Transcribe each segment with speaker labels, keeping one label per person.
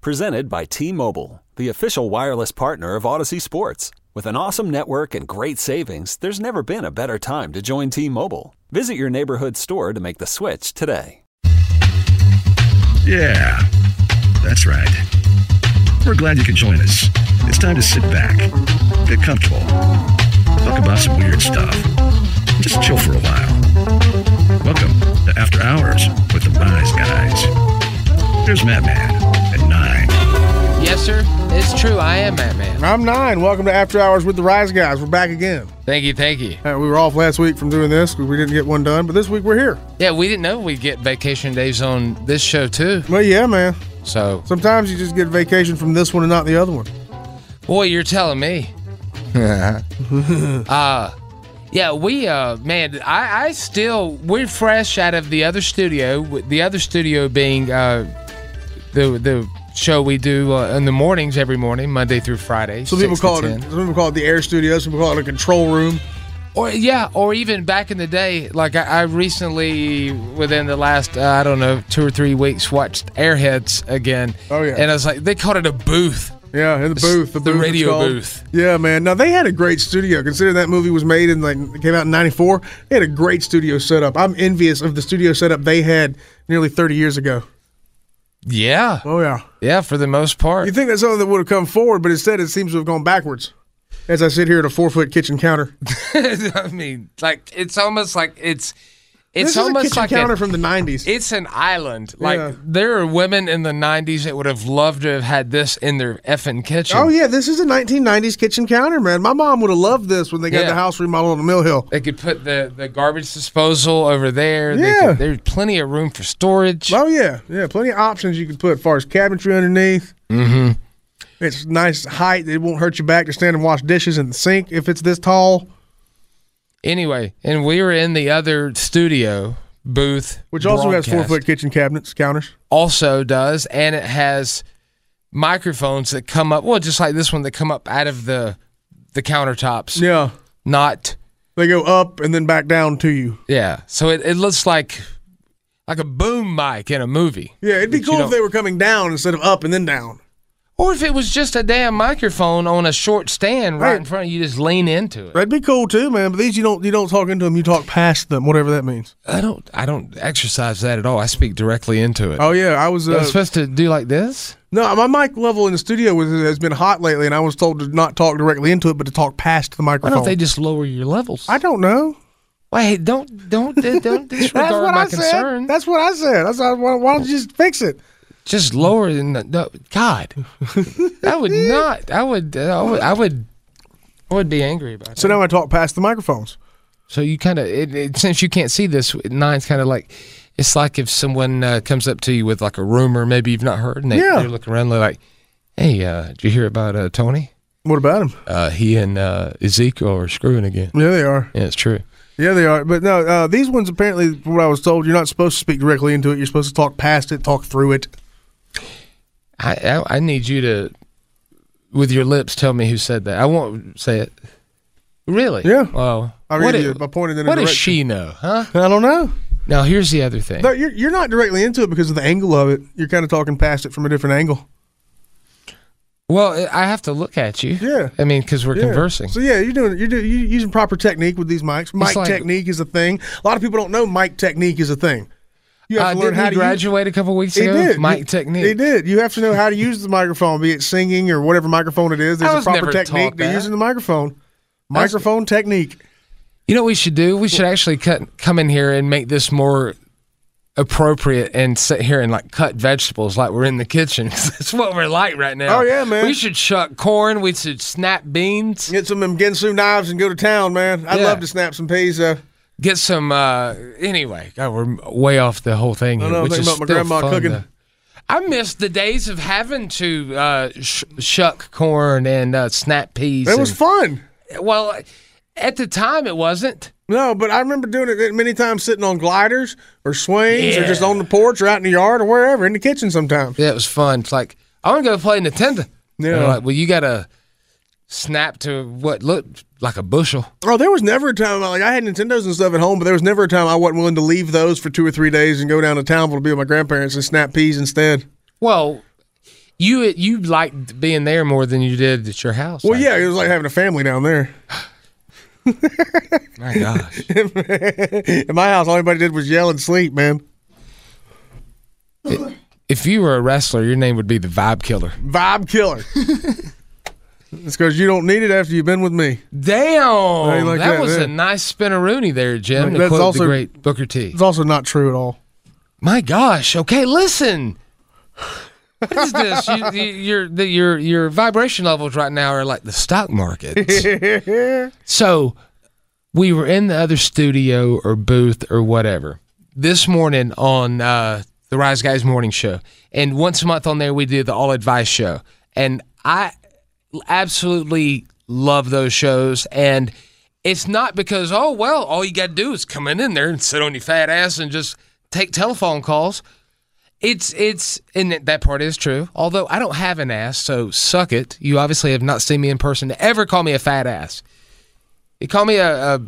Speaker 1: Presented by T Mobile, the official wireless partner of Odyssey Sports. With an awesome network and great savings, there's never been a better time to join T Mobile. Visit your neighborhood store to make the switch today.
Speaker 2: Yeah, that's right. We're glad you could join us. It's time to sit back, get comfortable, talk about some weird stuff, and just chill for a while. Welcome to After Hours with the Wise Guys. Here's Madman at 9.
Speaker 3: Yes, sir. It's true. I am Batman.
Speaker 4: I'm nine. Welcome to After Hours with the Rise Guys. We're back again.
Speaker 3: Thank you. Thank you.
Speaker 4: Uh, we were off last week from doing this because we didn't get one done, but this week we're here.
Speaker 3: Yeah, we didn't know we'd get vacation days on this show, too.
Speaker 4: Well, yeah, man.
Speaker 3: So,
Speaker 4: Sometimes you just get vacation from this one and not the other one.
Speaker 3: boy, you're telling me. uh, yeah, we, uh, man, I, I still, we're fresh out of the other studio, with the other studio being uh, the, the show we do uh, in the mornings every morning, Monday through Friday.
Speaker 4: Some people call it. Some people call it the air studio. Some people call it a control room.
Speaker 3: Or yeah, or even back in the day, like I, I recently, within the last uh, I don't know two or three weeks, watched Airheads again.
Speaker 4: Oh, yeah.
Speaker 3: and I was like, they called it a booth.
Speaker 4: Yeah, in the
Speaker 3: It's
Speaker 4: booth, the,
Speaker 3: the
Speaker 4: booth it's
Speaker 3: radio
Speaker 4: called.
Speaker 3: booth.
Speaker 4: Yeah, man. Now they had a great studio. Considering that movie was made in like it came out in '94, they had a great studio setup. I'm envious of the studio setup they had nearly 30 years ago.
Speaker 3: Yeah,
Speaker 4: Oh yeah.
Speaker 3: yeah, for the most
Speaker 4: You
Speaker 3: part.
Speaker 4: think that's something that would have come forward, but instead it seems to have gone backwards. As I sit here at a four foot kitchen counter,
Speaker 3: I mean, like it's almost like it's it's
Speaker 4: this
Speaker 3: almost
Speaker 4: is a kitchen
Speaker 3: like a-
Speaker 4: counter from the nineties.
Speaker 3: it's an island. Like
Speaker 4: Yeah.
Speaker 3: there are women in the '90s that would have loved to have had this in their effing kitchen.
Speaker 4: Oh yeah, this is a 1990s kitchen counter, man. My mom would have loved this when they got
Speaker 3: Yeah.
Speaker 4: the house remodeled on Mill Hill.
Speaker 3: They could put the, the garbage disposal over there. They
Speaker 4: Yeah.
Speaker 3: could, there's plenty of room for storage.
Speaker 4: Oh yeah, yeah, plenty of options you could put as far as cabinetry underneath. Mm-hmm. It's nice height; it won't hurt your back to stand and wash dishes in the sink if it's this tall.
Speaker 3: Anyway, and we were in the other studio booth,
Speaker 4: Which also has four
Speaker 3: broadcast.
Speaker 4: foot kitchen cabinets counters.
Speaker 3: Also does, and it has microphones that come up. Well, just like this one that come up out of the the countertops.
Speaker 4: Yeah,
Speaker 3: Not
Speaker 4: they go up and then back down to you.
Speaker 3: yeah. So it, it looks like like a boom mic in a movie.
Speaker 4: Yeah, it'd be
Speaker 3: But you
Speaker 4: cool if
Speaker 3: don't-
Speaker 4: they were coming down instead of up and then down.
Speaker 3: Or if it was just a damn microphone on a short stand right,
Speaker 4: Right.
Speaker 3: in front of you, just lean into it.
Speaker 4: That'd be cool too, man. But these you don't you don't talk into them; you talk past them, whatever that means.
Speaker 3: I don't I don't exercise that at all. I speak directly into it.
Speaker 4: Oh yeah, I was.
Speaker 3: I'm
Speaker 4: Uh,
Speaker 3: supposed to do like this?
Speaker 4: No, my mic level in the studio was, has been hot lately, and I was told to not talk directly into it, but to talk past the
Speaker 3: Why
Speaker 4: microphone.
Speaker 3: don't they just lower your levels?
Speaker 4: I don't know.
Speaker 3: Why hey, don't don't uh, don't disregard my concern.
Speaker 4: said. That's what I said. That's why, why why don't you just fix it?
Speaker 3: Just lower than the, no, God. I would not. I would. uh, I would. I would. I would be angry about it.
Speaker 4: So now I talk past the microphones.
Speaker 3: So you kind of it, it, since you can't see this, nine's kind of like it's like if someone uh, comes up to you with like a rumor maybe you've not heard, and they,
Speaker 4: Yeah.
Speaker 3: they're looking around they're like, "Hey, uh, did you hear about uh, Tony?
Speaker 4: What about them?
Speaker 3: Uh, he and uh, Ezekiel are screwing again."
Speaker 4: Yeah, they are.
Speaker 3: Yeah, it's true.
Speaker 4: Yeah, they are. But no, uh, these ones apparently, from what I was told, you're not supposed to speak directly into it. You're supposed to talk past it, talk through it.
Speaker 3: I, I I need you to, with your lips, tell me who said that. I won't say it. Really?
Speaker 4: Yeah.
Speaker 3: Wow.
Speaker 4: I
Speaker 3: What
Speaker 4: read
Speaker 3: i-
Speaker 4: it by pointing in a
Speaker 3: What does
Speaker 4: direction.
Speaker 3: she know, huh?
Speaker 4: I don't know.
Speaker 3: Now here's the other thing.
Speaker 4: No, you're you're not directly into it because of the angle of it. You're kind of talking past it from a different angle.
Speaker 3: Well, I- I have to look at you.
Speaker 4: Yeah.
Speaker 3: I mean, because we're
Speaker 4: Yeah.
Speaker 3: conversing.
Speaker 4: So yeah, you're doing you're, doing, you're using proper technique with these mics. Mic
Speaker 3: like-
Speaker 4: technique is a thing. A lot of people don't know mic technique is a thing. You
Speaker 3: uh, didn't he graduate a couple weeks
Speaker 4: Use,
Speaker 3: ago?
Speaker 4: He did.
Speaker 3: Mic
Speaker 4: You-
Speaker 3: technique.
Speaker 4: He did. You have to know how to use the microphone, be it singing or whatever microphone it is. There's
Speaker 3: I
Speaker 4: a
Speaker 3: was
Speaker 4: proper
Speaker 3: never
Speaker 4: technique
Speaker 3: taught
Speaker 4: to
Speaker 3: that.
Speaker 4: using the microphone.
Speaker 3: That's-
Speaker 4: Microphone technique.
Speaker 3: You know what we should do? We should actually cut, come in here and make this more appropriate and sit here and like cut vegetables like we're in the kitchen. 'Cause That's what we're like right now.
Speaker 4: Oh, yeah, man.
Speaker 3: We should chuck corn. We should snap beans.
Speaker 4: Get some of them Gensu knives and go to town, man. I'd
Speaker 3: Yeah.
Speaker 4: love to snap some peas. Uh,
Speaker 3: Get some. uh Anyway, God, we're way off the whole thing.
Speaker 4: I
Speaker 3: Here,
Speaker 4: know, I'm
Speaker 3: which
Speaker 4: thinking
Speaker 3: is
Speaker 4: about my
Speaker 3: still
Speaker 4: grandma
Speaker 3: fun,
Speaker 4: cooking.
Speaker 3: though. I miss the days of having to uh, sh- shuck corn and uh, snap peas.
Speaker 4: It was
Speaker 3: and-
Speaker 4: fun.
Speaker 3: well, at the time it wasn't.
Speaker 4: No, but I remember doing it many times sitting on gliders or swings or just
Speaker 3: Yeah.
Speaker 4: on the porch or out in the yard or wherever, in the kitchen sometimes.
Speaker 3: Yeah, it was fun. It's like I want to go play Nintendo.
Speaker 4: Yeah.
Speaker 3: And I'm like, well, you gotta snap to what looked like a bushel.
Speaker 4: Oh, there was never a time like I had Nintendos and stuff at home, but there was never a time I wasn't willing to leave those for two or three days and go down to Townville to be with my grandparents and snap peas instead.
Speaker 3: Well, you you liked being there more than you did at your house.
Speaker 4: Well,
Speaker 3: I-
Speaker 4: yeah, it was like having a family down there.
Speaker 3: My gosh.
Speaker 4: At my house, all anybody did was yell and sleep, man.
Speaker 3: if you were a wrestler, your name would be the Vibe Killer.
Speaker 4: Vibe killer. it's because you don't need it after you've been with me.
Speaker 3: Damn,
Speaker 4: like
Speaker 3: that,
Speaker 4: that,
Speaker 3: was
Speaker 4: yeah.
Speaker 3: a nice spinneroonie there, Jim. To
Speaker 4: That's
Speaker 3: quote
Speaker 4: also-
Speaker 3: the great Booker T.
Speaker 4: It's also not true at all.
Speaker 3: My gosh. Okay, listen. What is this? You, you, your the, your your vibration levels right now are like the stock market. so we were in the other studio or booth or whatever this morning on uh, the Rise Guys morning show, and once a month on there we do the All Advice show, and I absolutely love those shows and it's not because oh well all you got to do is come in, in there and sit on your fat ass and just take telephone calls it's it's and that- that part is true although i don't have an ass so suck it you obviously have not seen me in person to ever call me a fat ass you call me a, a,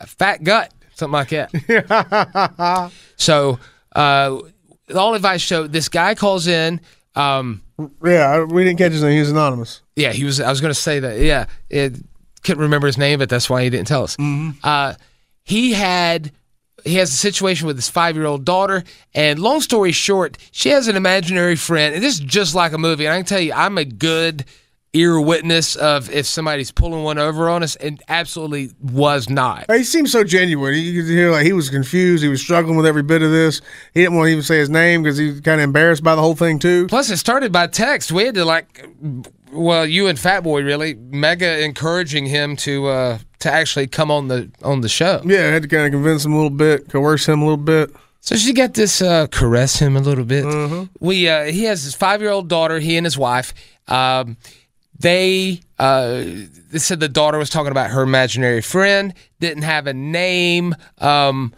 Speaker 3: a fat gut something like that so uh the all advice show this guy calls in um
Speaker 4: Yeah, I- we didn't catch his name. He was anonymous.
Speaker 3: yeah, he was. I was going to say that. Yeah, it couldn't remember his name, but that's why he didn't tell us. Uh, he had he has a situation with his five year old daughter, and long story short, she has an imaginary friend, and this is just like a movie. And I can tell you, I'm a good ear witness of if somebody's pulling one over on us, and absolutely was not.
Speaker 4: He seemed so genuine. You could hear like he was confused. He was struggling with every bit of this. He didn't want to even say his name because he was kind of embarrassed by the whole thing too.
Speaker 3: Plus, it started by text. We had to like, well, you and Fat Boy really mega encouraging him to uh, to actually come on the on the show.
Speaker 4: Yeah, I had to kind of convince him a little bit, coerce him a little bit.
Speaker 3: So she got this uh, caress him a little bit.
Speaker 4: Mm-hmm.
Speaker 3: We uh, he has his five year old daughter. He and his wife. Um, they uh, they said the daughter was talking about her imaginary friend. Didn't have a name. Um,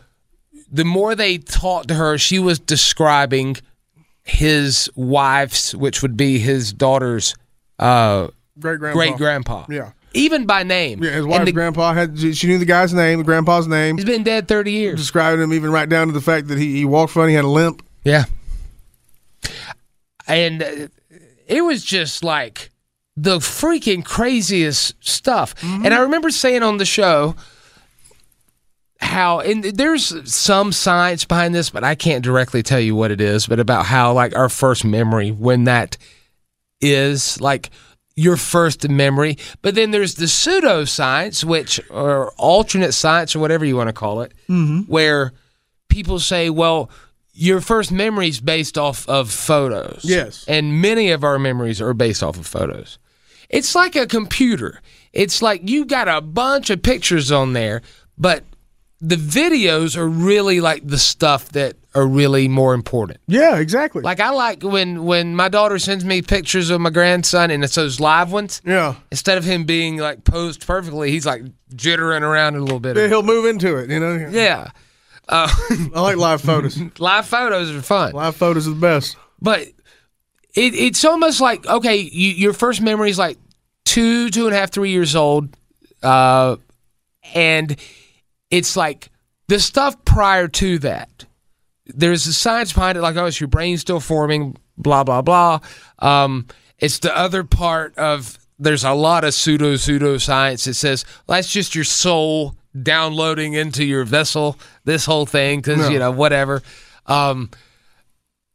Speaker 3: the more they talked to her, she was describing his wife's, which would be his daughter's uh,
Speaker 4: Great grandpa.
Speaker 3: great grandpa.
Speaker 4: Yeah.
Speaker 3: even by name.
Speaker 4: Yeah, his
Speaker 3: And
Speaker 4: wife's
Speaker 3: the-
Speaker 4: grandpa had. She knew the guy's name, the grandpa's name.
Speaker 3: He's been dead thirty years.
Speaker 4: Describing him even right down to the fact that he, he walked funny, had a limp.
Speaker 3: Yeah. And uh, it was just like the freaking craziest stuff. And I remember saying on the show how and there's some science behind this, but I can't directly tell you what it is, but about how like our first memory when that is like your first memory. But then there's the pseudoscience, which or alternate science or whatever you want to call it, where people say, well, your first memory is based off of photos.
Speaker 4: Yes.
Speaker 3: And many of our memories are based off of photos. It's like a computer. It's like you got a bunch of pictures on there, but the videos are really like the stuff that are really more important.
Speaker 4: Yeah, exactly.
Speaker 3: Like I like when when my daughter sends me pictures of my grandson and it's those live ones.
Speaker 4: yeah,
Speaker 3: Instead of him being like posed perfectly, he's like jittering around a little bit.
Speaker 4: he'll move into it. You know.
Speaker 3: Yeah.
Speaker 4: I like live photos.
Speaker 3: Live photos are fun.
Speaker 4: live photos are the best.
Speaker 3: But it, it's almost like okay, you, your first memory is like two, two and a half, three years old, uh, and it's like the stuff prior to that. There's the science behind it, like oh, it's your brain still forming, blah blah blah. Um, it's the other part of there's a lot of pseudo pseudo science that says that's just your soul downloading into your vessel. This whole thing, because you know whatever. Um,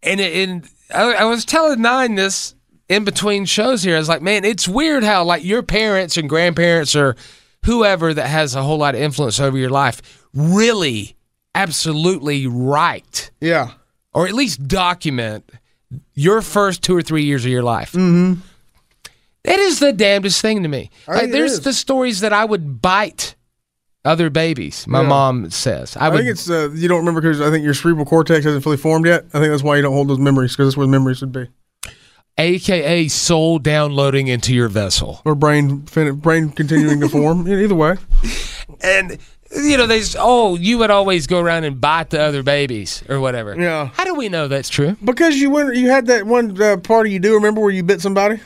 Speaker 3: and it, and I, I was telling Nine this in between shows here. I was like, man, it's weird how like your parents and grandparents or whoever that has a whole lot of influence over your life really absolutely right
Speaker 4: Yeah.
Speaker 3: or at least document your first two or three years of your life. Mm-hmm. That is the damnedest thing to me.
Speaker 4: I think
Speaker 3: Like,
Speaker 4: it
Speaker 3: there's
Speaker 4: is.
Speaker 3: the stories that I would bite Other babies, my
Speaker 4: Yeah.
Speaker 3: mom says. I,
Speaker 4: I
Speaker 3: would,
Speaker 4: think it's uh, you don't remember because I think your cerebral cortex hasn't fully formed yet. I think that's why you don't hold those memories because that's where the memories should be.
Speaker 3: AKA soul downloading into your vessel.
Speaker 4: Or brain fin- brain continuing to form. Yeah, Either way,
Speaker 3: And, you know, there's, oh, you would always go around and bite the other babies or whatever.
Speaker 4: Yeah.
Speaker 3: How do we know that's true?
Speaker 4: because you went, you had that one uh, party you do remember where you bit somebody.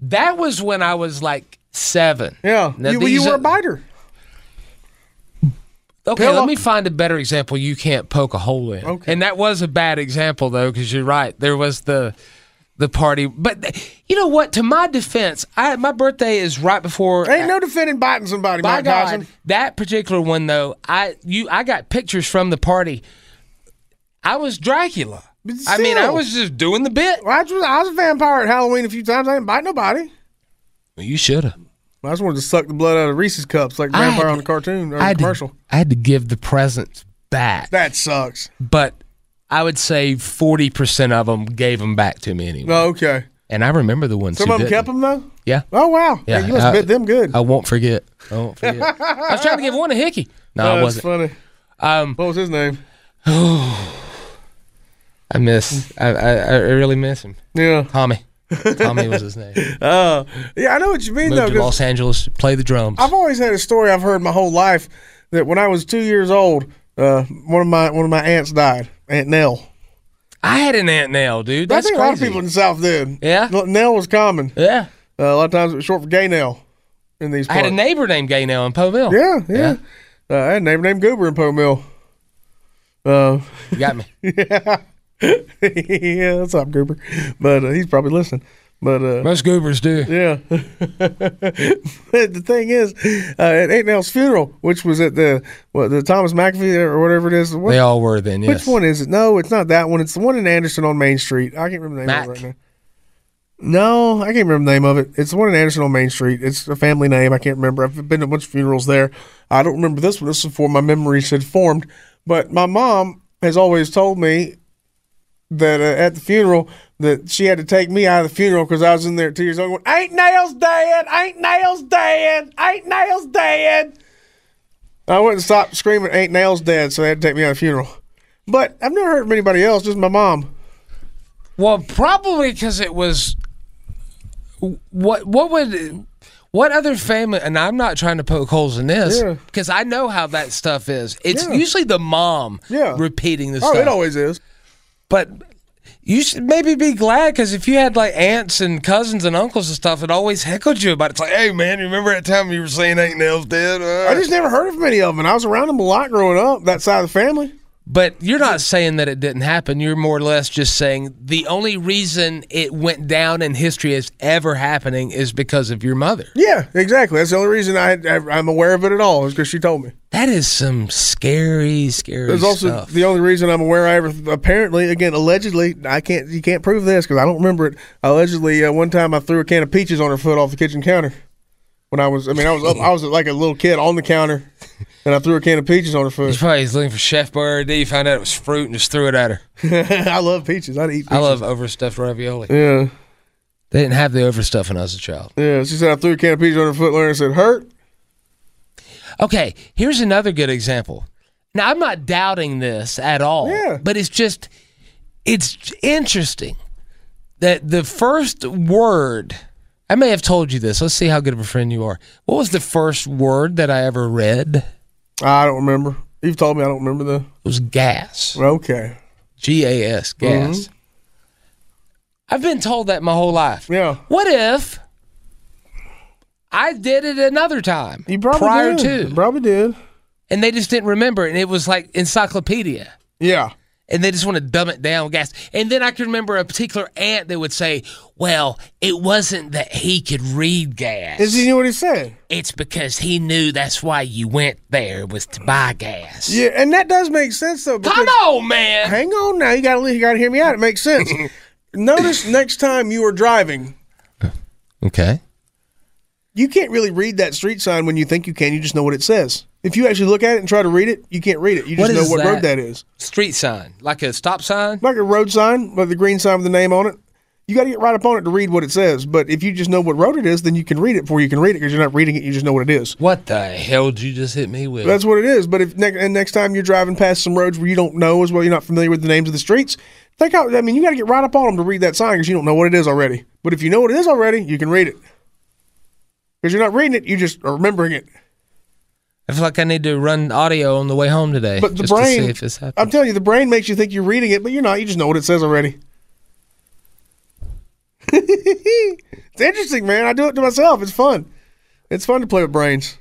Speaker 3: That was when I was like seven.
Speaker 4: Yeah,
Speaker 3: Now,
Speaker 4: you, well,
Speaker 3: these
Speaker 4: you were
Speaker 3: are-
Speaker 4: a biter.
Speaker 3: Okay,
Speaker 4: Pillow.
Speaker 3: let me find a better example you can't poke a hole in.
Speaker 4: Okay.
Speaker 3: And that was a bad example though cuz you're right. There was the the party, but th- you know what? To my defense, I my birthday is right before
Speaker 4: Ain't no defending biting somebody,
Speaker 3: by
Speaker 4: Mike
Speaker 3: God,
Speaker 4: Tyson.
Speaker 3: that particular one though, I you I got pictures from the party. I was Dracula.
Speaker 4: But
Speaker 3: I mean, I
Speaker 4: still.
Speaker 3: was just doing the bit.
Speaker 4: Well, I was, I was a vampire at Halloween a few times. I didn't bite nobody.
Speaker 3: You should have.
Speaker 4: I just wanted to suck the blood out of Reese's cups like the
Speaker 3: I
Speaker 4: vampire
Speaker 3: had-
Speaker 4: on the cartoon or
Speaker 3: I
Speaker 4: the
Speaker 3: had,
Speaker 4: commercial.
Speaker 3: to, I had to give the presents back,
Speaker 4: That sucks.
Speaker 3: but I would say 40% of them gave them back to me anyway.
Speaker 4: Oh, okay.
Speaker 3: And I remember the ones
Speaker 4: Some
Speaker 3: who
Speaker 4: of them
Speaker 3: didn't.
Speaker 4: kept them though.
Speaker 3: Yeah.
Speaker 4: Oh wow.
Speaker 3: Yeah,
Speaker 4: Yeah, you must
Speaker 3: I-
Speaker 4: bit them good.
Speaker 3: I won't forget. I won't forget. I was trying to give one a hickey. No, I
Speaker 4: That's
Speaker 3: wasn't.
Speaker 4: funny.
Speaker 3: Um,
Speaker 4: what was his name?
Speaker 3: I miss. I, I I really miss him.
Speaker 4: Yeah.
Speaker 3: Tommy. Tommy was his name.
Speaker 4: Uh, yeah, I know what you mean
Speaker 3: Moved
Speaker 4: though.
Speaker 3: to
Speaker 4: 'cause
Speaker 3: Los Angeles to play the drums.
Speaker 4: I've always had a story I've heard my whole life that when I was two years old, uh, one of my one of my aunts died. Aunt Nell.
Speaker 3: I had an aunt Nell, dude. That's
Speaker 4: I think
Speaker 3: crazy.
Speaker 4: a lot of people in the South did.
Speaker 3: Yeah?
Speaker 4: L- Nell was common.
Speaker 3: yeah.
Speaker 4: Uh, a lot of times it was short for gay Nell in these
Speaker 3: I
Speaker 4: parts.
Speaker 3: had a neighbor named Gay Nell in Poville.
Speaker 4: Yeah, yeah. Uh, I had a neighbor named Goober in Poe Mill. Uh,
Speaker 3: You got me.
Speaker 4: yeah, what's up, Goober? But uh, he's probably listening. But uh,
Speaker 3: Most goobers do.
Speaker 4: Yeah. but the thing is, uh, at Eight Nell's funeral, which was at the what the Thomas McAfee or whatever it is. What,
Speaker 3: They all were then. Yes.
Speaker 4: Which one is it? No, it's not that one. It's the one in Anderson on Main Street. I can't remember the name
Speaker 3: Mac.
Speaker 4: of it right now. No, I can't remember the name of it. It's the one in Anderson on Main Street. It's a family name. I can't remember. I've been to a bunch of funerals there. I don't remember this one. This is before my memories had formed. But my mom has always told me that uh, at the funeral that she had to take me out of the funeral because I was in there at two years old. Going, ain't nails dead. Ain't nails dead. Ain't nails dead. I wouldn't stop screaming, "Ain't nails dead!" So they had to take me out of the funeral. But I've never heard from anybody else, just my mom.
Speaker 3: Well, probably because it was. What what would what other family? And I'm not trying to poke holes in this
Speaker 4: Yeah.
Speaker 3: because I know how that stuff is. It's
Speaker 4: Yeah.
Speaker 3: usually the mom
Speaker 4: Yeah.
Speaker 3: repeating the
Speaker 4: Oh,
Speaker 3: stuff.
Speaker 4: it always is.
Speaker 3: but you should maybe be glad because if you had like aunts and cousins and uncles and stuff, it always heckled you about. It. It's like, hey man, you remember that time you were saying ain't nails dead? Uh?"
Speaker 4: I just never heard of many of them. and I was around them a lot growing up, that side of the family.
Speaker 3: But you're not saying that it didn't happen. You're more or less just saying the only reason it went down in history as ever happening is because of your mother.
Speaker 4: Yeah, exactly. That's the only reason I, I I'm aware of it at all is because she told me.
Speaker 3: That is some scary, scary
Speaker 4: It's also
Speaker 3: stuff.
Speaker 4: the only reason I'm aware I ever apparently again allegedly I can't you can't prove this because I don't remember it. Allegedly, uh, one time I threw a can of peaches on her foot off the kitchen counter when I was I mean I was up, I was like a little kid on the counter and I threw a can of peaches on her
Speaker 3: He's
Speaker 4: foot.
Speaker 3: probably was looking for Chef Boyardee. You found out it was fruit and just threw it at her.
Speaker 4: I love peaches. I'd eat. Peaches.
Speaker 3: I love overstuffed ravioli.
Speaker 4: Yeah,
Speaker 3: They didn't have the overstuff when I was a child.
Speaker 4: yeah. She said I threw a can of peaches on her foot. Larry said hurt.
Speaker 3: Okay, here's another good example. Now I'm not doubting this at all,
Speaker 4: Yeah.
Speaker 3: but it's just it's interesting that the first word I may have told you this. Let's see how good of a friend you are. What was the first word that I ever read? It
Speaker 4: I don't remember. You've told me I don't remember the.
Speaker 3: was gas.
Speaker 4: Okay.
Speaker 3: G A S
Speaker 4: Mm-hmm.
Speaker 3: gas. I've been told that my whole life.
Speaker 4: Yeah.
Speaker 3: What if I did it another time
Speaker 4: You probably
Speaker 3: prior
Speaker 4: did.
Speaker 3: to,
Speaker 4: probably did.
Speaker 3: and they just didn't remember, and it was like encyclopedia.
Speaker 4: Yeah.
Speaker 3: and they just want to dumb it down gas and then i can remember a particular aunt that would say well it wasn't that he could read gas
Speaker 4: Is he knew what he said?
Speaker 3: it's because he knew that's why you went there was to buy gas
Speaker 4: Yeah, and that does make sense though. because-
Speaker 3: come on man
Speaker 4: hang on now. You gotta you gotta hear me out. It makes sense. Notice next time you are driving,
Speaker 3: okay
Speaker 4: you can't really read that street sign when you think you can. You just know what it says. If you actually look at it and try to read it, you can't read it. You
Speaker 3: What
Speaker 4: just know
Speaker 3: is
Speaker 4: what
Speaker 3: that?
Speaker 4: road that is.
Speaker 3: street sign like a stop sign
Speaker 4: Like a road sign, like the green sign with the name on it. you got to get right up on it to read what it says. But if you just know what road it is, then you can read it before you can read it because you're not reading it. You just know what it is.
Speaker 3: What the hell did you just hit me with?
Speaker 4: That's what it is. But if ne- and next time you're driving past some roads where you don't know as well, you're not familiar with the names of the streets. Think out. I mean, you got to get right up on them to read that sign because you don't know what it is already. But if you know what it is already, you can read it because you're not reading it. You just are remembering it.
Speaker 3: I feel like I need to run audio on the way home today.
Speaker 4: But the
Speaker 3: just
Speaker 4: brain,
Speaker 3: to see if this happens.
Speaker 4: I'm telling you, the brain makes you think you're reading it, but you're not. You just know what it says already. it's interesting, man. I do it to myself. It's fun. It's fun to play with brains.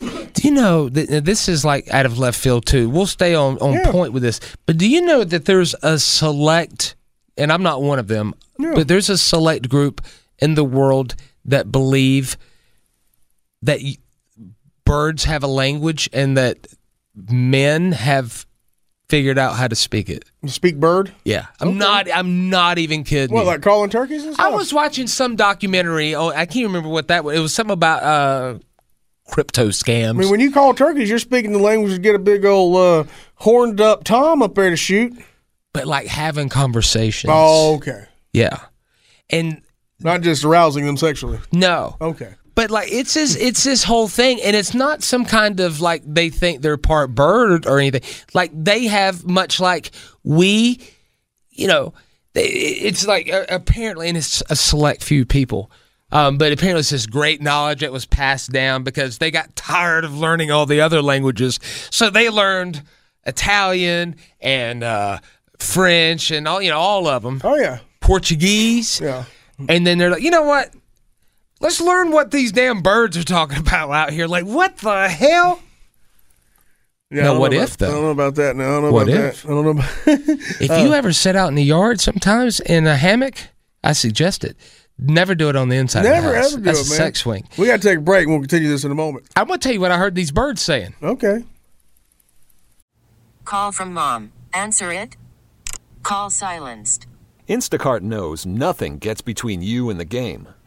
Speaker 3: Do you know that this is like out of left field too? We'll stay on on
Speaker 4: Yeah.
Speaker 3: point with this, but do you know that there's a select, and I'm not one of them, but there's a select group in the world that believe that y- birds have a language and that men have figured out how to speak it.
Speaker 4: Speak bird.
Speaker 3: Yeah, I'm not. I'm not even kidding.
Speaker 4: What,
Speaker 3: you.
Speaker 4: like oh. calling turkeys and stuff?
Speaker 3: I was watching some documentary. Oh, I can't remember what that was. It was something about uh, crypto scams.
Speaker 4: I mean, when you call turkeys, you're speaking the language to get a big old uh, horned up tom up there to shoot.
Speaker 3: but like having conversations.
Speaker 4: Oh, okay.
Speaker 3: yeah, and
Speaker 4: Not just arousing them sexually.
Speaker 3: no,
Speaker 4: Okay.
Speaker 3: but like it's this it's this whole thing, and it's not some kind of like they think they're part bird or anything. Like they have much like we, you know, they, it's like uh, apparently, and it's a select few people. Um, but apparently, it's this great knowledge that was passed down because they got tired of learning all the other languages, so they learned Italian and uh, French and all you know all of them.
Speaker 4: Oh, yeah.
Speaker 3: Portuguese.
Speaker 4: Yeah.
Speaker 3: And then they're like, you know what? Let's learn what these damn birds are talking about out here. Like, what the hell? Now,
Speaker 4: yeah I don't
Speaker 3: what
Speaker 4: know
Speaker 3: if,
Speaker 4: about- I
Speaker 3: though?
Speaker 4: don't know about that. No, I don't know
Speaker 3: What
Speaker 4: about
Speaker 3: if?
Speaker 4: that. I don't know about.
Speaker 3: If
Speaker 4: Uh.
Speaker 3: you ever sit out in the yard sometimes in a hammock, I suggest it. Never do it on the inside of
Speaker 4: Never
Speaker 3: the house.
Speaker 4: ever do
Speaker 3: That's
Speaker 4: it,
Speaker 3: a
Speaker 4: man.
Speaker 3: sex swing.
Speaker 4: We got to take a break and we'll continue this in a moment.
Speaker 3: I'm going to tell you what I heard these birds saying.
Speaker 4: Okay.
Speaker 5: Call from mom. Answer it. Call silenced.
Speaker 1: Instacart knows nothing gets between you and the game.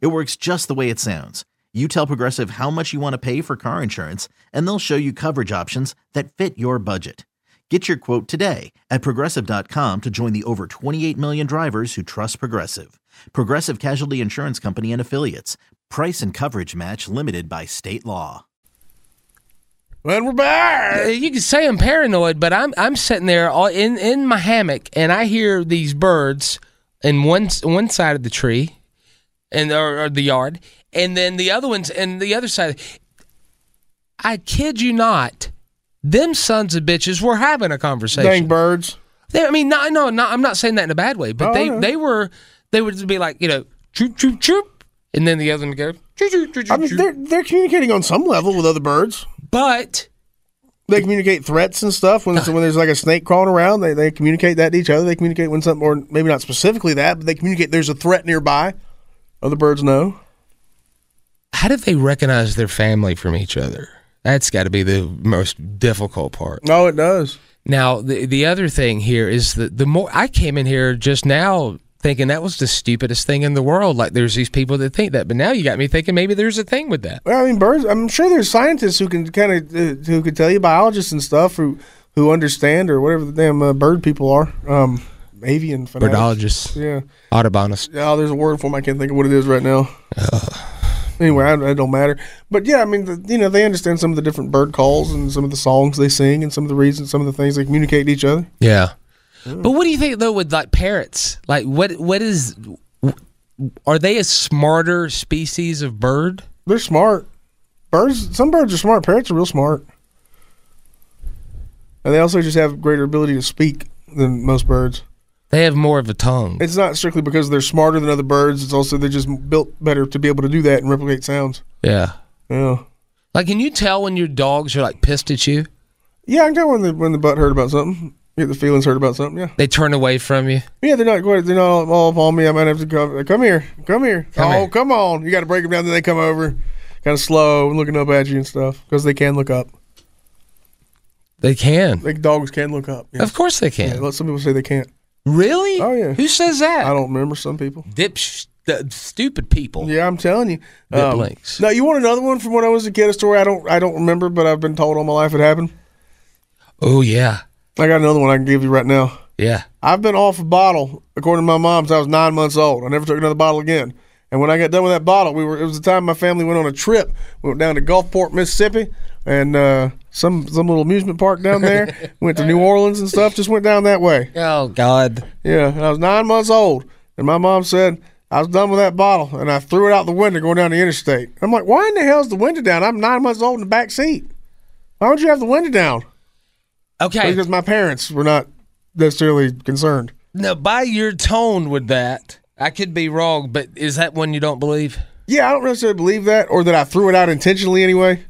Speaker 6: It works just the way it sounds. You tell Progressive how much you want to pay for car insurance, and they'll show you coverage options that fit your budget. Get your quote today at progressive.com to join the over 28 million drivers who trust Progressive. Progressive Casualty Insurance Company and Affiliates. Price and coverage match limited by state law.
Speaker 4: And we're back.
Speaker 3: Uh, You can say I'm paranoid, but I'm I'm sitting there all in, in my hammock and I hear these birds in one s- one side of the tree and or, or the yard, and then the other ones in the other side. I kid you not, them sons of bitches were having a conversation.
Speaker 4: Dang birds.
Speaker 3: They, I mean, no, no, no, I'm not saying that in a bad way, but
Speaker 4: Oh, I
Speaker 3: they,
Speaker 4: know.
Speaker 3: they were they would be like, you know, choop choop choop, and then the other one would go choop choop choop
Speaker 4: I
Speaker 3: choop.
Speaker 4: mean, they're,
Speaker 3: choop.
Speaker 4: they're communicating on some level with other birds.
Speaker 3: But
Speaker 4: They communicate threats and stuff. When, when there's like a snake crawling around, they, they communicate that to each other. They communicate when something, or maybe not specifically that, but they communicate there's a threat nearby. Other birds know.
Speaker 3: how do they recognize their family from each other? That's got to be the most difficult part.
Speaker 4: No, it does.
Speaker 3: Now, the the other thing here is that the more I came in here just now thinking that was the stupidest thing in the world. Like there's these people that think that, but now you got me thinking maybe there's a thing with that.
Speaker 4: Well, I mean, birds. I'm sure there's scientists who can kind of uh, who can tell you biologists and stuff who who understand or whatever the damn uh, bird people are. Um, avian fanatics.
Speaker 3: Birdologists,
Speaker 4: Yeah.
Speaker 3: Audubonists.
Speaker 4: Oh, there's a word for them. I can't think of what it is right now. Anyway, I, it don't matter. But yeah, I mean, the, you know, they understand some of the different bird calls and some of the songs they sing and some of the reasons, some of the things they communicate to each other.
Speaker 3: Yeah. But what do you think though with like parrots? Like what what is are they a smarter species of bird?
Speaker 4: They're smart. Birds. Some birds are smart. Parrots are real smart. And they also just have greater ability to speak than most birds.
Speaker 3: They have more of a tongue.
Speaker 4: It's not strictly because they're smarter than other birds. It's also they're just built better to be able to do that and replicate sounds.
Speaker 3: Yeah.
Speaker 4: Yeah.
Speaker 3: Like, can you tell when your dogs are like pissed at you?
Speaker 4: Yeah, I can tell when the when the butt hurt about something. Get the feelings hurt about something. Yeah,
Speaker 3: They turn away from you.
Speaker 4: yeah. They're not quite. They're not all, all up on me. I might have to come. Come here. Come here.
Speaker 3: Come
Speaker 4: oh,
Speaker 3: here.
Speaker 4: come on. You got to break them down. Then they come over, kind of slow, and looking up at you and stuff because they can look up.
Speaker 3: They can.
Speaker 4: Like dogs can look up. yes.
Speaker 3: Of course they can.
Speaker 4: Yeah, let some people say they can't.
Speaker 3: Really?
Speaker 4: Oh, yeah.
Speaker 3: Who says that?
Speaker 4: I don't remember some people.
Speaker 3: Dip, the stupid people.
Speaker 4: Yeah, I'm telling you. um,
Speaker 3: Bit blanks.
Speaker 4: Now you want another one from when I was a kid? A story I don't I don't remember, but I've been told all my life it happened.
Speaker 3: Oh yeah,
Speaker 4: I got another one I can give you right now.
Speaker 3: yeah.
Speaker 4: I've been off a bottle, according to my mom, since I was nine months old. I never took another bottle again. And when I got done with that bottle, we were it was the time my family went on a trip. We went down to Gulfport, Mississippi, and uh, some some little amusement park down there. went to New Orleans and stuff. Just went down that way.
Speaker 3: Oh God.
Speaker 4: Yeah, and I was nine months old, and my mom said I was done with that bottle, and I threw it out the window going down the interstate. I'm like, why in the hell is the window down? I'm nine months old in the back seat. Why would you have the window down?
Speaker 3: Okay.
Speaker 4: Because my parents were not necessarily concerned.
Speaker 3: now, by your tone with that, I could be wrong, but is that one you don't believe?
Speaker 4: Yeah, I don't necessarily believe that, or that I threw it out intentionally anyway.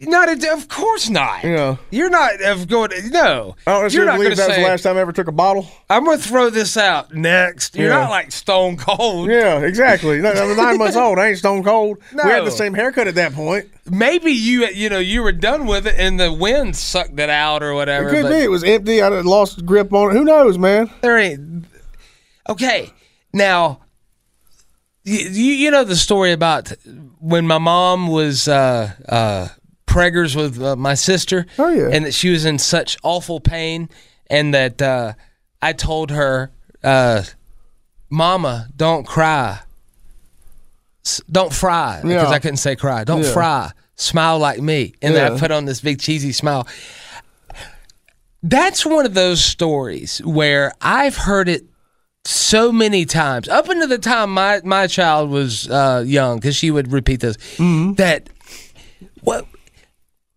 Speaker 3: Not a, of course not.
Speaker 4: Yeah.
Speaker 3: You're not of going. No,
Speaker 4: I don't
Speaker 3: you're
Speaker 4: necessarily
Speaker 3: not
Speaker 4: believe
Speaker 3: going to
Speaker 4: that was
Speaker 3: say.
Speaker 4: the last time I ever took a bottle.
Speaker 3: I'm going to throw this out next. You're
Speaker 4: Yeah.
Speaker 3: not like Stone Cold.
Speaker 4: Yeah, exactly. No, I'm nine months old. I ain't stone cold. We had
Speaker 3: No.
Speaker 4: the same haircut at that point.
Speaker 3: Maybe you you know you were done with it and the wind sucked it out or
Speaker 4: It
Speaker 3: whatever.
Speaker 4: could
Speaker 3: but
Speaker 4: be. It was empty. I done lost grip on it. Who knows, man?
Speaker 3: There ain't. Okay, now you, you you know the story about when my mom was uh, uh, preggers with uh, my sister.
Speaker 4: Oh, yeah.
Speaker 3: and that she was in such awful pain, and that uh, I told her, uh, "Mama, don't cry, S- don't fry," because
Speaker 4: Yeah.
Speaker 3: I couldn't say cry. Don't
Speaker 4: Yeah.
Speaker 3: fry. Smile like me, and then I
Speaker 4: Yeah.
Speaker 3: put on this big cheesy smile. That's one of those stories where I've heard it so many times up until the time my my child was uh, young because she would repeat this that what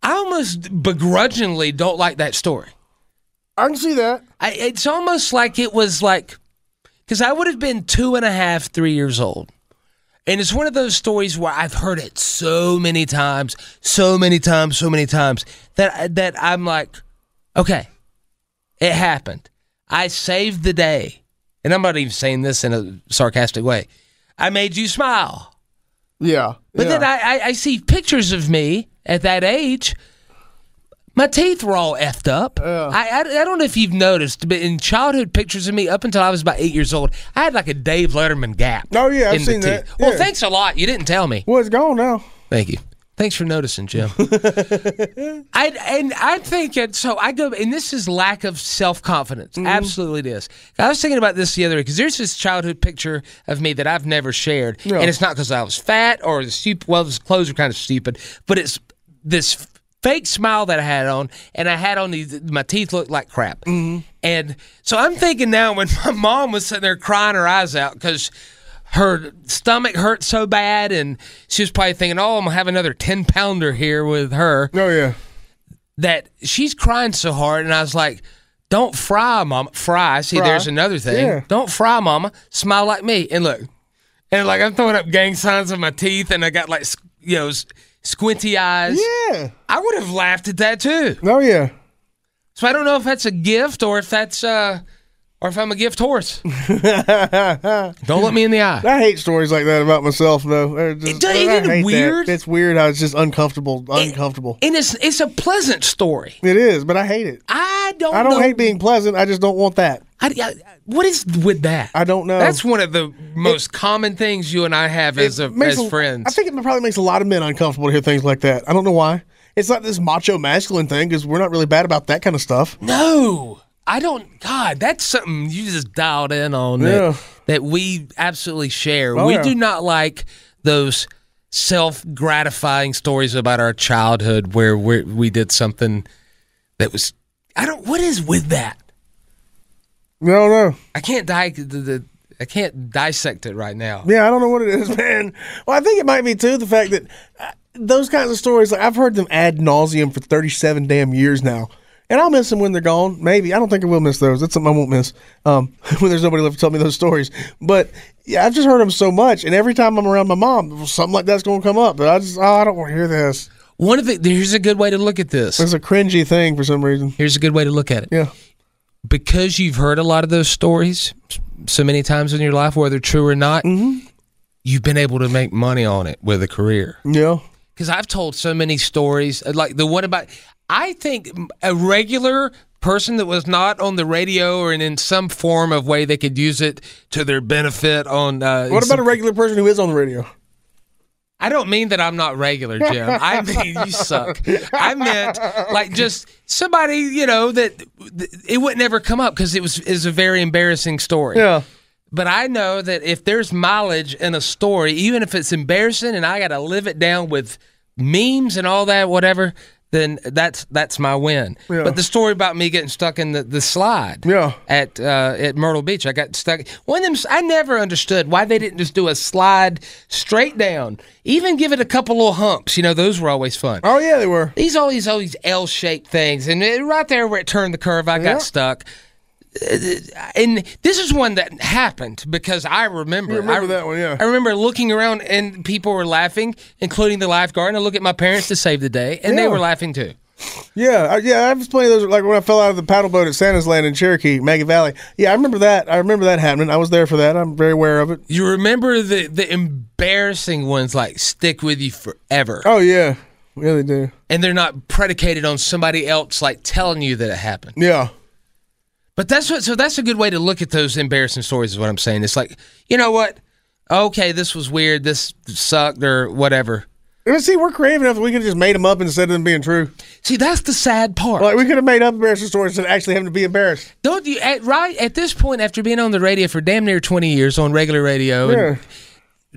Speaker 3: I almost begrudgingly don't like that story.
Speaker 4: I can see that.
Speaker 3: I, it's almost like it was like because I would have been two and a half, three years old. And it's one of those stories where I've heard it so many times, so many times, so many times that that I'm like, okay, it happened. I saved the day, and I'm not even saying this in a sarcastic way. I made you smile.
Speaker 4: Yeah.
Speaker 3: But
Speaker 4: yeah.
Speaker 3: then I, I, I see pictures of me at that age. My teeth were all effed up. I, I, I don't know if you've noticed, but in childhood pictures of me up until I was about eight years old, I had like a Dave Letterman gap.
Speaker 4: Oh, yeah, I've
Speaker 3: in the
Speaker 4: seen that.
Speaker 3: teeth. Well,
Speaker 4: Yeah.
Speaker 3: thanks a lot. You didn't tell me.
Speaker 4: Well, it's gone now.
Speaker 3: Thank you. Thanks for noticing, Jim. I and I think and so I go and this is lack of self confidence. Absolutely, it is. I was thinking about this the other day because there's this childhood picture of me that I've never shared,
Speaker 4: Yeah.
Speaker 3: and it's not because I was fat or the stupid. Well, his clothes were kind of stupid, but it's this fake smile that I had on, and I had on these. My teeth looked like crap, and so I'm thinking now when my mom was sitting there crying her eyes out because her stomach hurt so bad, and she was probably thinking, "Oh, I'm gonna have another ten pounder here with her."
Speaker 4: Oh yeah.
Speaker 3: That she's crying so hard, and I was like, "Don't fry, mama. Fry." See,
Speaker 4: Fry.
Speaker 3: there's another thing.
Speaker 4: Yeah.
Speaker 3: Don't fry, mama. Smile like me, and look, and like I'm throwing up gang signs on my teeth, and I got like s- you know s- squinty eyes.
Speaker 4: Yeah.
Speaker 3: I would have laughed at that too.
Speaker 4: Oh yeah.
Speaker 3: So I don't know if that's a gift or if that's uh, or if I'm a gift horse. don't look me in the eye.
Speaker 4: I hate stories like that about myself though. They're
Speaker 3: It-
Speaker 4: just-
Speaker 3: isn't
Speaker 4: I
Speaker 3: it
Speaker 4: hate that.
Speaker 3: weird?
Speaker 4: It's weird how it's just uncomfortable. Uncomfortable.
Speaker 3: And it's it's a pleasant story.
Speaker 4: it is, but I hate it.
Speaker 3: I don't.
Speaker 4: I don't
Speaker 3: know.
Speaker 4: hate being pleasant. I just don't want that.
Speaker 3: I, I, what is with that?
Speaker 4: I don't know.
Speaker 3: That's one of the most common things you and I have as a,
Speaker 4: It makes
Speaker 3: as
Speaker 4: a-
Speaker 3: friends.
Speaker 4: I think it probably makes a lot of men uncomfortable to hear things like that. I don't know why. It's not this macho masculine thing because we're not really bad about that kind of stuff.
Speaker 3: no, I don't. God, that's something you just dialed in on
Speaker 4: Yeah.
Speaker 3: that, that we absolutely share.
Speaker 4: Oh,
Speaker 3: we
Speaker 4: yeah.
Speaker 3: do not like those self gratifying stories about our childhood where we we did something that was. I don't. What is with that?
Speaker 4: No, no.
Speaker 3: I can't di- the, the, I can't dissect it right now.
Speaker 4: Yeah, I don't know what it is, man. Well, I think it might be too the fact that uh, those kinds of stories, like I've heard them ad nauseum for thirty-seven damn years now, And I'll miss them when they're gone. Maybe I don't think I will miss those. That's something I won't miss um, when there's nobody left to tell me those stories. But yeah, I've just heard them so much, and every time I'm around my mom, something like that's going to come up. But I just oh, I don't want to hear this.
Speaker 3: One of the here's a good way to look at this.
Speaker 4: It's a cringy thing for some reason.
Speaker 3: Here's a good way to look at it.
Speaker 4: Yeah,
Speaker 3: Because you've heard a lot of those stories so many times in your life, whether true or not,
Speaker 4: Mm-hmm.
Speaker 3: you've been able to make money on it with a career.
Speaker 4: yeah.
Speaker 3: because I've told so many stories. uh, Like the one about, I think a regular person that was not on the radio or in some form of way they could use it to their benefit on. Uh,
Speaker 4: What about
Speaker 3: some-
Speaker 4: a regular person who is on the radio?
Speaker 3: I don't mean that I'm not regular, Jim. I mean you suck. I meant like just somebody you know that th- it would never come up because it was is a very embarrassing story.
Speaker 4: Yeah.
Speaker 3: But I know that if there's mileage in a story, even if it's embarrassing and I got to live it down with memes and all that, whatever, then that's that's my win.
Speaker 4: Yeah.
Speaker 3: But the story about me getting stuck in the, the slide
Speaker 4: Yeah.
Speaker 3: at uh, at Myrtle Beach, I got stuck. One of them, s- I never understood why they didn't just do a slide straight down, even give it a couple little humps. You know, those were always fun.
Speaker 4: Oh yeah, they were.
Speaker 3: These all these all these L shaped things, and it- right there where it turned the curve, I
Speaker 4: Yeah.
Speaker 3: got stuck. Uh, And this is one that happened because I remember.
Speaker 4: You remember
Speaker 3: I,
Speaker 4: that one, yeah.
Speaker 3: I remember looking around and people were laughing, including the lifeguard. And I look at my parents to save the day, and
Speaker 4: Yeah.
Speaker 3: they were laughing too.
Speaker 4: Yeah, I, yeah, I was playing those like when I fell out of the paddle boat at Santa's Land in Cherokee, Maggie Valley. Yeah, I remember that. I remember that happening. I was there for that. I'm very aware of it.
Speaker 3: You remember the the embarrassing ones like stick with you forever,
Speaker 4: Oh yeah, yeah, they do.
Speaker 3: and they're not predicated on somebody else like telling you that it happened.
Speaker 4: Yeah,
Speaker 3: But that's what. So that's a good way to look at those embarrassing stories. Is what I'm saying. It's like you know what? Okay, this was weird. This sucked or whatever.
Speaker 4: and see, we're creative enough that we could have just made them up instead of them being true.
Speaker 3: See, that's the sad part.
Speaker 4: Like we could have made up embarrassing stories instead of actually having to be embarrassed.
Speaker 3: Don't you at right at this point after being on the radio for damn near 20 years on regular radio
Speaker 4: Yeah,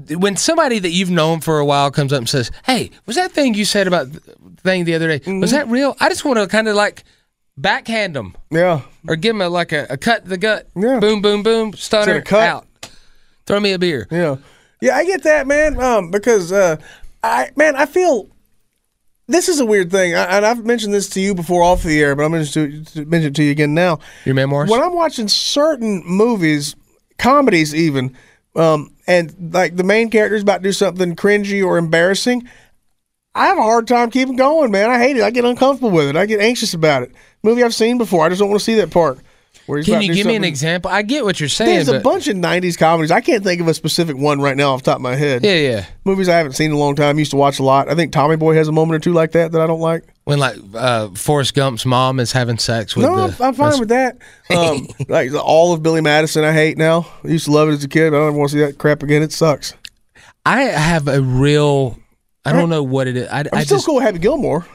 Speaker 3: and when somebody that you've known for a while comes up and says, "Hey, was that thing you said about th- thing the other day?
Speaker 4: Mm-hmm.
Speaker 3: Was that real?" I just want to kind of like backhand them
Speaker 4: yeah.
Speaker 3: or give them a, like a, a cut to the gut.
Speaker 4: Yeah.
Speaker 3: Boom, boom, boom. Stunner
Speaker 4: a cut?
Speaker 3: out. Throw me a beer.
Speaker 4: Yeah, yeah, I get that, man. Um, because uh, I man, I feel this is a weird thing, I, and I've mentioned this to you before off the air, but I'm going to to mention it to you again now.
Speaker 3: Your memoirs?
Speaker 4: When I'm watching certain movies, comedies even, um, and like the main character's about to do something cringy or embarrassing. I have a hard time keeping going, man. I hate it. I get uncomfortable with it. I get anxious about it. Movie I've seen before. I just don't want to see that part. Where he's about
Speaker 3: Can
Speaker 4: to
Speaker 3: you
Speaker 4: do
Speaker 3: give me an
Speaker 4: something-
Speaker 3: example? I get what you're saying.
Speaker 4: There's a
Speaker 3: but-
Speaker 4: bunch of '90s comedies. I can't think of a specific one right now off the top of my head.
Speaker 3: Yeah, yeah.
Speaker 4: Movies I haven't seen in a long time. Used to watch a lot. I think Tommy Boy has a moment or two like that that I don't like.
Speaker 3: When like uh, Forrest Gump's mom is having sex with
Speaker 4: No, I'm,
Speaker 3: the.
Speaker 4: I'm fine with that. Um, like all of Billy Madison, I hate now. I used to love it as a kid. But I don't want to see that crap again. It sucks.
Speaker 3: I have a real. I don't know what it is. I,
Speaker 4: I'm
Speaker 3: I
Speaker 4: still
Speaker 3: just,
Speaker 4: cool with Happy Gilmore.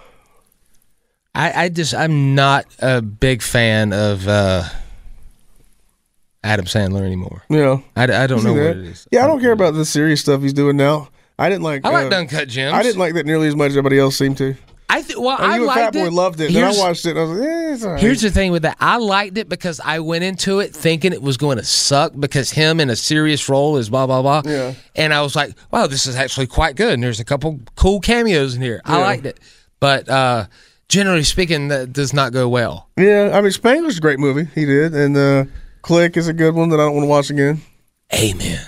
Speaker 3: I, I just, I'm not a big fan of uh, Adam Sandler anymore.
Speaker 4: You know,
Speaker 3: I, I don't know
Speaker 4: see
Speaker 3: what
Speaker 4: that?
Speaker 3: it is.
Speaker 4: Yeah, I don't care about the serious stuff he's doing now. I didn't like.
Speaker 3: I
Speaker 4: uh,
Speaker 3: liked Uncut Gems.
Speaker 4: I didn't like that nearly as much as everybody else seemed to.
Speaker 3: I th- well,
Speaker 4: And
Speaker 3: I
Speaker 4: you and
Speaker 3: liked
Speaker 4: Fatboy
Speaker 3: it.
Speaker 4: loved it.
Speaker 3: Here's-
Speaker 4: then I watched it and I was like, eh, it's all right.
Speaker 3: Here's the thing with that. I liked it because I went into it thinking it was going to suck because him in a serious role is blah blah blah.
Speaker 4: Yeah.
Speaker 3: And I was like, wow, this is actually quite good. And there's a couple cool cameos in here. I liked it, but uh, generally speaking, that does not go well.
Speaker 4: Yeah, I mean, Spangler's a great movie. He did, and uh, Click is a good one that I don't want to watch again.
Speaker 3: Amen.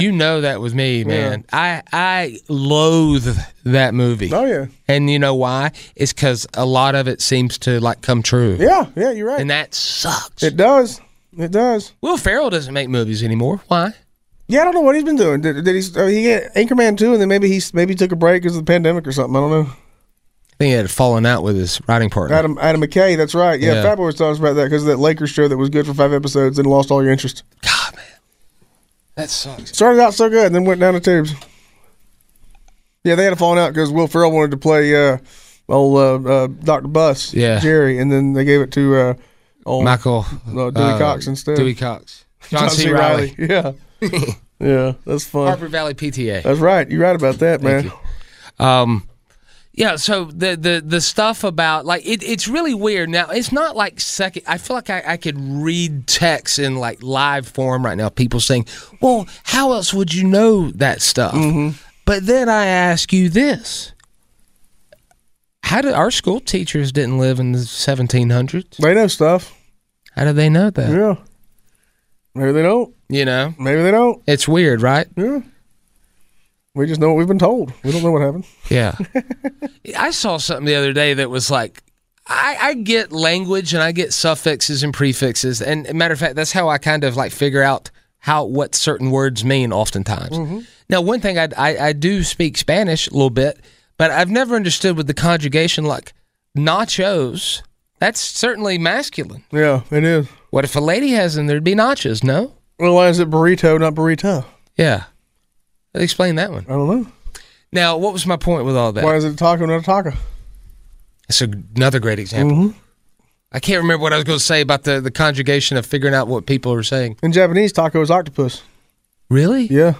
Speaker 3: you know that was me, man. I I loathe that movie.
Speaker 4: Oh yeah,
Speaker 3: And you know why? It's because a lot of it seems to like come true.
Speaker 4: yeah, yeah. You're right.
Speaker 3: And that sucks.
Speaker 4: it does. It does.
Speaker 3: Will Ferrell doesn't make movies anymore. Why?
Speaker 4: Yeah, I don't know what he's been doing. Did, did he? Uh, he had Anchorman two, and then maybe he's maybe he took a break because of the pandemic or something. I don't know.
Speaker 3: I think he had fallen out with his writing partner.
Speaker 4: Adam Adam McKay, that's right. Yeah,
Speaker 3: Yeah.
Speaker 4: Fatboy was talking about that because of that Lakers show that was good for five episodes and lost all your interest.
Speaker 3: God, man, that sucks.
Speaker 4: Started out so good, and then went down the tubes. Yeah, they had a falling out because Will Ferrell wanted to play uh, old uh, uh, Doctor Bus,
Speaker 3: Yeah.
Speaker 4: Jerry, and then they gave it to uh, old
Speaker 3: Michael
Speaker 4: No, Dewey Cox instead.
Speaker 3: Uh, Dewey Cox, John, C.
Speaker 4: Reilly.
Speaker 3: Riley,
Speaker 4: Yeah, yeah, that's fun.
Speaker 3: Harper Valley PTA.
Speaker 4: That's right. You're right about that, man.
Speaker 3: Um, yeah. So the the the stuff about like it, it's really weird. Now it's not like second. I feel like I, I could read text in like live form right now. People saying, "Well, how else would you Mm-hmm. know that stuff?" But then I ask you this: How did our school teachers didn't live in the 1700s?
Speaker 4: They know stuff.
Speaker 3: How do they know that?
Speaker 4: Yeah. Maybe they don't.
Speaker 3: You know,
Speaker 4: Maybe they don't.
Speaker 3: it's weird, right?
Speaker 4: Yeah. We just know what we've been told. We don't know what happened.
Speaker 3: Yeah. I saw something the other day that was like, I, I get language and I get suffixes and prefixes. And matter of fact, that's how I kind of like figure out how what certain words mean oftentimes. Now, one thing I, I, I do speak Spanish a little bit, but I've never understood with the conjugation like nachos. That's certainly masculine.
Speaker 4: Yeah, it is.
Speaker 3: What if a lady has them? There'd be nachos, no?
Speaker 4: Well, why is it burrito, not burrito?
Speaker 3: Yeah. Explain that one.
Speaker 4: I don't know.
Speaker 3: Now, what was my point with all that?
Speaker 4: Why is it taco, not a taco?
Speaker 3: That's a- another great example.
Speaker 4: Mm-hmm.
Speaker 3: I can't remember what I was going to say about the, the conjugation of figuring out what people are saying.
Speaker 4: In Japanese, taco is octopus.
Speaker 3: Really?
Speaker 4: Yeah.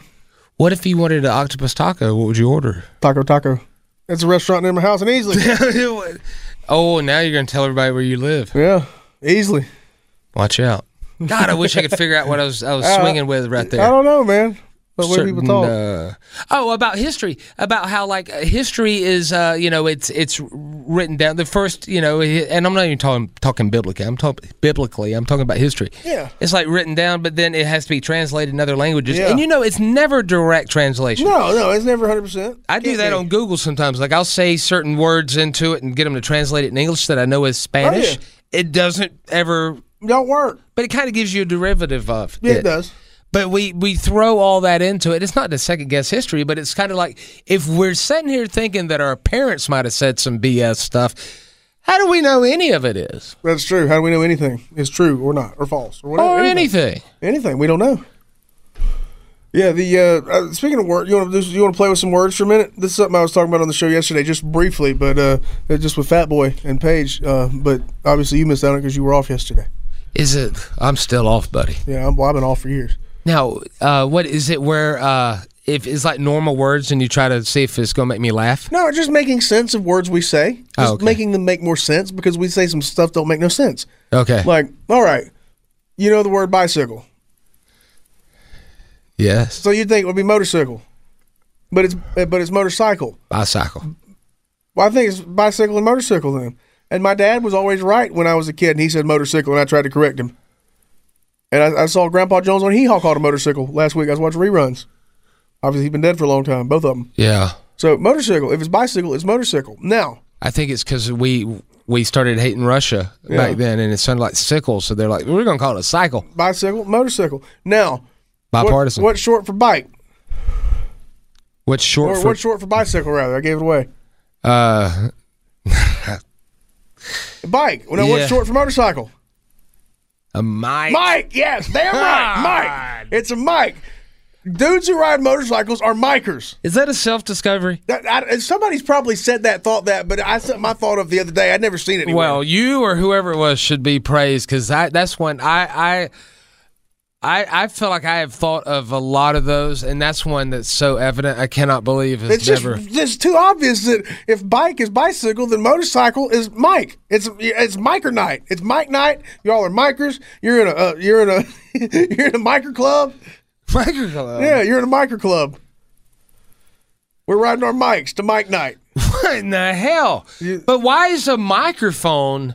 Speaker 3: What if you wanted an octopus taco? What would you order?
Speaker 4: Taco, taco. That's a restaurant near my house in Easley.
Speaker 3: oh, now you're going to tell everybody where you live.
Speaker 4: yeah. Easley.
Speaker 3: Watch out. God, I wish I could figure out what I was I was swinging with right there.
Speaker 4: Uh, I don't know, man. But what people
Speaker 3: Certain,
Speaker 4: talk.
Speaker 3: uh, oh, about history, about how like uh, history is, uh, you know, it's it's written down. The first, you know, hi- and I'm not even talking talking biblically. I'm talking biblically. I'm talking about history.
Speaker 4: Yeah.
Speaker 3: it's like written down, but then it has to be translated in other languages.
Speaker 4: Yeah.
Speaker 3: And you know, it's never direct translation.
Speaker 4: no, no, it's never 100%.
Speaker 3: I do
Speaker 4: Can't
Speaker 3: that
Speaker 4: be.
Speaker 3: on Google sometimes. Like I'll say certain words into it and get them to translate it in English that I know is
Speaker 4: Oh,
Speaker 3: Spanish. It doesn't ever,
Speaker 4: Don't work.
Speaker 3: but it kind of gives you a derivative of
Speaker 4: Yeah, it does.
Speaker 3: but we we throw all that into it. It's not to second guess history, but it's kind of like if we're sitting here thinking that our parents might have said some BS stuff, how do we know any of it is
Speaker 4: That's true. How do we know anything is true or not or false or whatever?
Speaker 3: or anything?
Speaker 4: Anything. We don't know. Yeah, the uh, uh, speaking of words, you want to you want to play with some words for a minute. This is something I was talking about on the show yesterday, just briefly, but uh, uh, just with Fat Boy and Paige. Uh, but obviously, you missed out on it because you were off yesterday.
Speaker 3: Is it? I'm still off, buddy.
Speaker 4: Yeah, I'm well, I've been off for years.
Speaker 3: Now, uh, what is it? Where uh, if it's like normal words and you try to see if it's gonna make me laugh?
Speaker 4: No, just making sense of words we say, just
Speaker 3: Oh, okay.
Speaker 4: making them make more sense because we say some stuff don't make no sense.
Speaker 3: Okay.
Speaker 4: Like, all right, you know the word bicycle,
Speaker 3: yes.
Speaker 4: so you'd think it would be motorcycle, but it's eh, but it's motorcycle.
Speaker 3: Bicycle.
Speaker 4: Well, I think it's bicycle and motorcycle then. And my dad was always right when I was a kid, and he said motorcycle, and I tried to correct him. And I, I saw Grandpa Jones on Hee Haw called a motorcycle last week. I was watching reruns. Obviously, he's been dead for a long time, both of them.
Speaker 3: Yeah.
Speaker 4: So motorcycle, if it's bicycle, it's motorcycle. Now,
Speaker 3: I think it's because we we started hating Russia
Speaker 4: Yeah.
Speaker 3: back then, and it sounded like sickle. So they're like, we're gonna call it a cycle.
Speaker 4: bicycle, motorcycle. Now, what-
Speaker 3: Bipartisan.
Speaker 4: what's short for bike?
Speaker 3: What's short
Speaker 4: Or
Speaker 3: for
Speaker 4: what's short for bicycle, rather? I gave it away.
Speaker 3: Uh,
Speaker 4: Bike. Well, now,
Speaker 3: Yeah.
Speaker 4: what's short for motorcycle?
Speaker 3: a mic.
Speaker 4: Mike, yes, damn right, Mike. It's a Mike. Dudes who ride motorcycles are micers.
Speaker 3: Is that a self discovery?
Speaker 4: That, I, and somebody's probably said that, thought that, but I something I thought of the other day. I'd never seen it. Anywhere.
Speaker 3: Well, you or whoever it was should be praised because that's when I, I I I feel like I have thought of a lot of those, and that's one that's so evident. I cannot believe it's,
Speaker 4: it's just
Speaker 3: never.
Speaker 4: it's too obvious that if bike is bicycle, then motorcycle is Mike. It's it's Miker night. It's Mike night. Y'all are Mikers. You're in a uh, you're in a you're in a Miker club. Yeah, you're in a Miker club. We're riding our mics to Mike night.
Speaker 3: What in the hell? But why is a microphone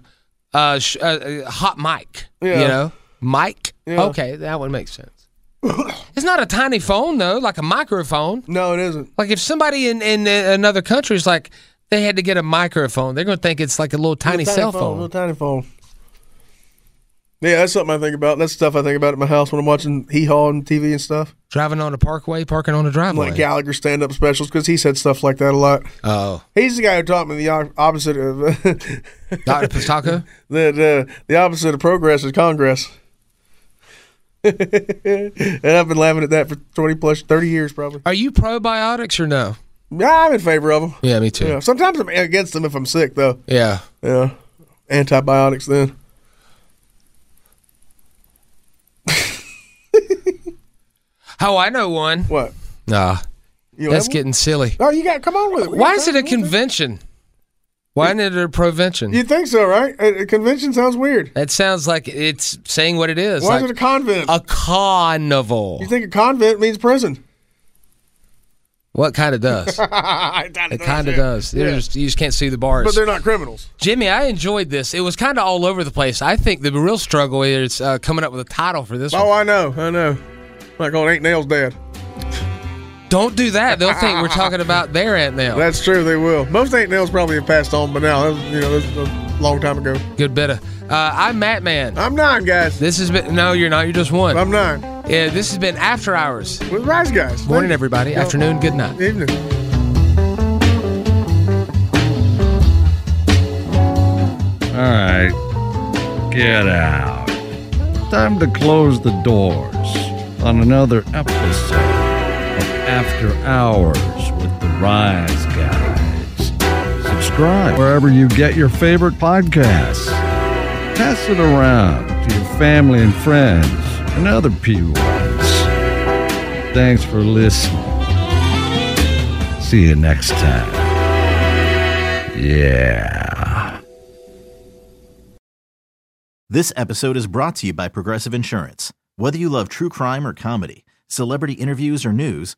Speaker 3: uh, sh- uh, uh, hot mic?
Speaker 4: Yeah.
Speaker 3: You know, mic. Okay, that one makes sense. it's not a tiny phone though, like a microphone.
Speaker 4: No, it isn't.
Speaker 3: Like if somebody in, in uh, another country is like they had to get a microphone, they're gonna think it's like a little tiny,
Speaker 4: Little
Speaker 3: cell
Speaker 4: little
Speaker 3: phone.
Speaker 4: tiny phone. Yeah, that's something I think about. That's stuff I think about at my house when I'm watching Hee Haw and TV and stuff.
Speaker 3: Driving on a parkway, parking on a driveway.
Speaker 4: like Gallagher stand up specials because he said stuff like that a lot.
Speaker 3: oh,
Speaker 4: He's the guy who taught me the o- opposite of that
Speaker 3: Doctor Pistaco.
Speaker 4: the, the opposite of progress is Congress. and I've been laughing at that for twenty plus thirty years probably.
Speaker 3: Are you probiotics or no?
Speaker 4: Yeah, I'm in favor of them.
Speaker 3: Yeah, me too.
Speaker 4: Yeah, sometimes I'm against them if I'm sick though.
Speaker 3: Yeah.
Speaker 4: Yeah, antibiotics then.
Speaker 3: Oh, I know one.
Speaker 4: What?
Speaker 3: Nah,
Speaker 4: You
Speaker 3: that's
Speaker 4: have one?
Speaker 3: getting silly.
Speaker 4: Oh, you got come on with it. We
Speaker 3: Why
Speaker 4: got
Speaker 3: is it a
Speaker 4: time.
Speaker 3: convention? Why isn't it a provention?
Speaker 4: You think so, right? A, a convention sounds weird.
Speaker 3: that sounds like it's saying what it is.
Speaker 4: Why
Speaker 3: like
Speaker 4: is it a convent?
Speaker 3: a carnival.
Speaker 4: you think a convent means prison?
Speaker 7: Well, it kind of does. It kind of does.
Speaker 4: Yeah.
Speaker 7: There's- You just can't see the bars.
Speaker 4: But they're not criminals.
Speaker 7: Jimmy, I enjoyed this. It was kind of all over the place. I think the real struggle is uh, coming up with a title for this one.
Speaker 4: Oh, I know. I know. Like on Ain't Nails Dad.
Speaker 7: Don't do that. They'll think we're talking about their Aunt Nell.
Speaker 4: That's true. They will. Most Ain't Nails probably have passed on by now. That's, you know, that's a long time ago.
Speaker 7: Good bit of. Uh, I'm Matt Man.
Speaker 4: I'm nine, guys.
Speaker 7: This has been. No, you're not. You're just one.
Speaker 4: I'm nine.
Speaker 7: yeah, this has been After Hours.
Speaker 4: With Rise Guys.
Speaker 7: Morning, everybody. Afternoon. Good night.
Speaker 4: Evening.
Speaker 8: All right. Get out. Time to close the doors on another episode of After Hours with the Rise Guys. Subscribe wherever you get your favorite podcasts. Pass it around to your family and friends and other P1s. Thanks for listening. See you next time. Yeah.
Speaker 6: This episode is brought to you by Progressive Insurance. Whether you love true crime or comedy, celebrity interviews or news,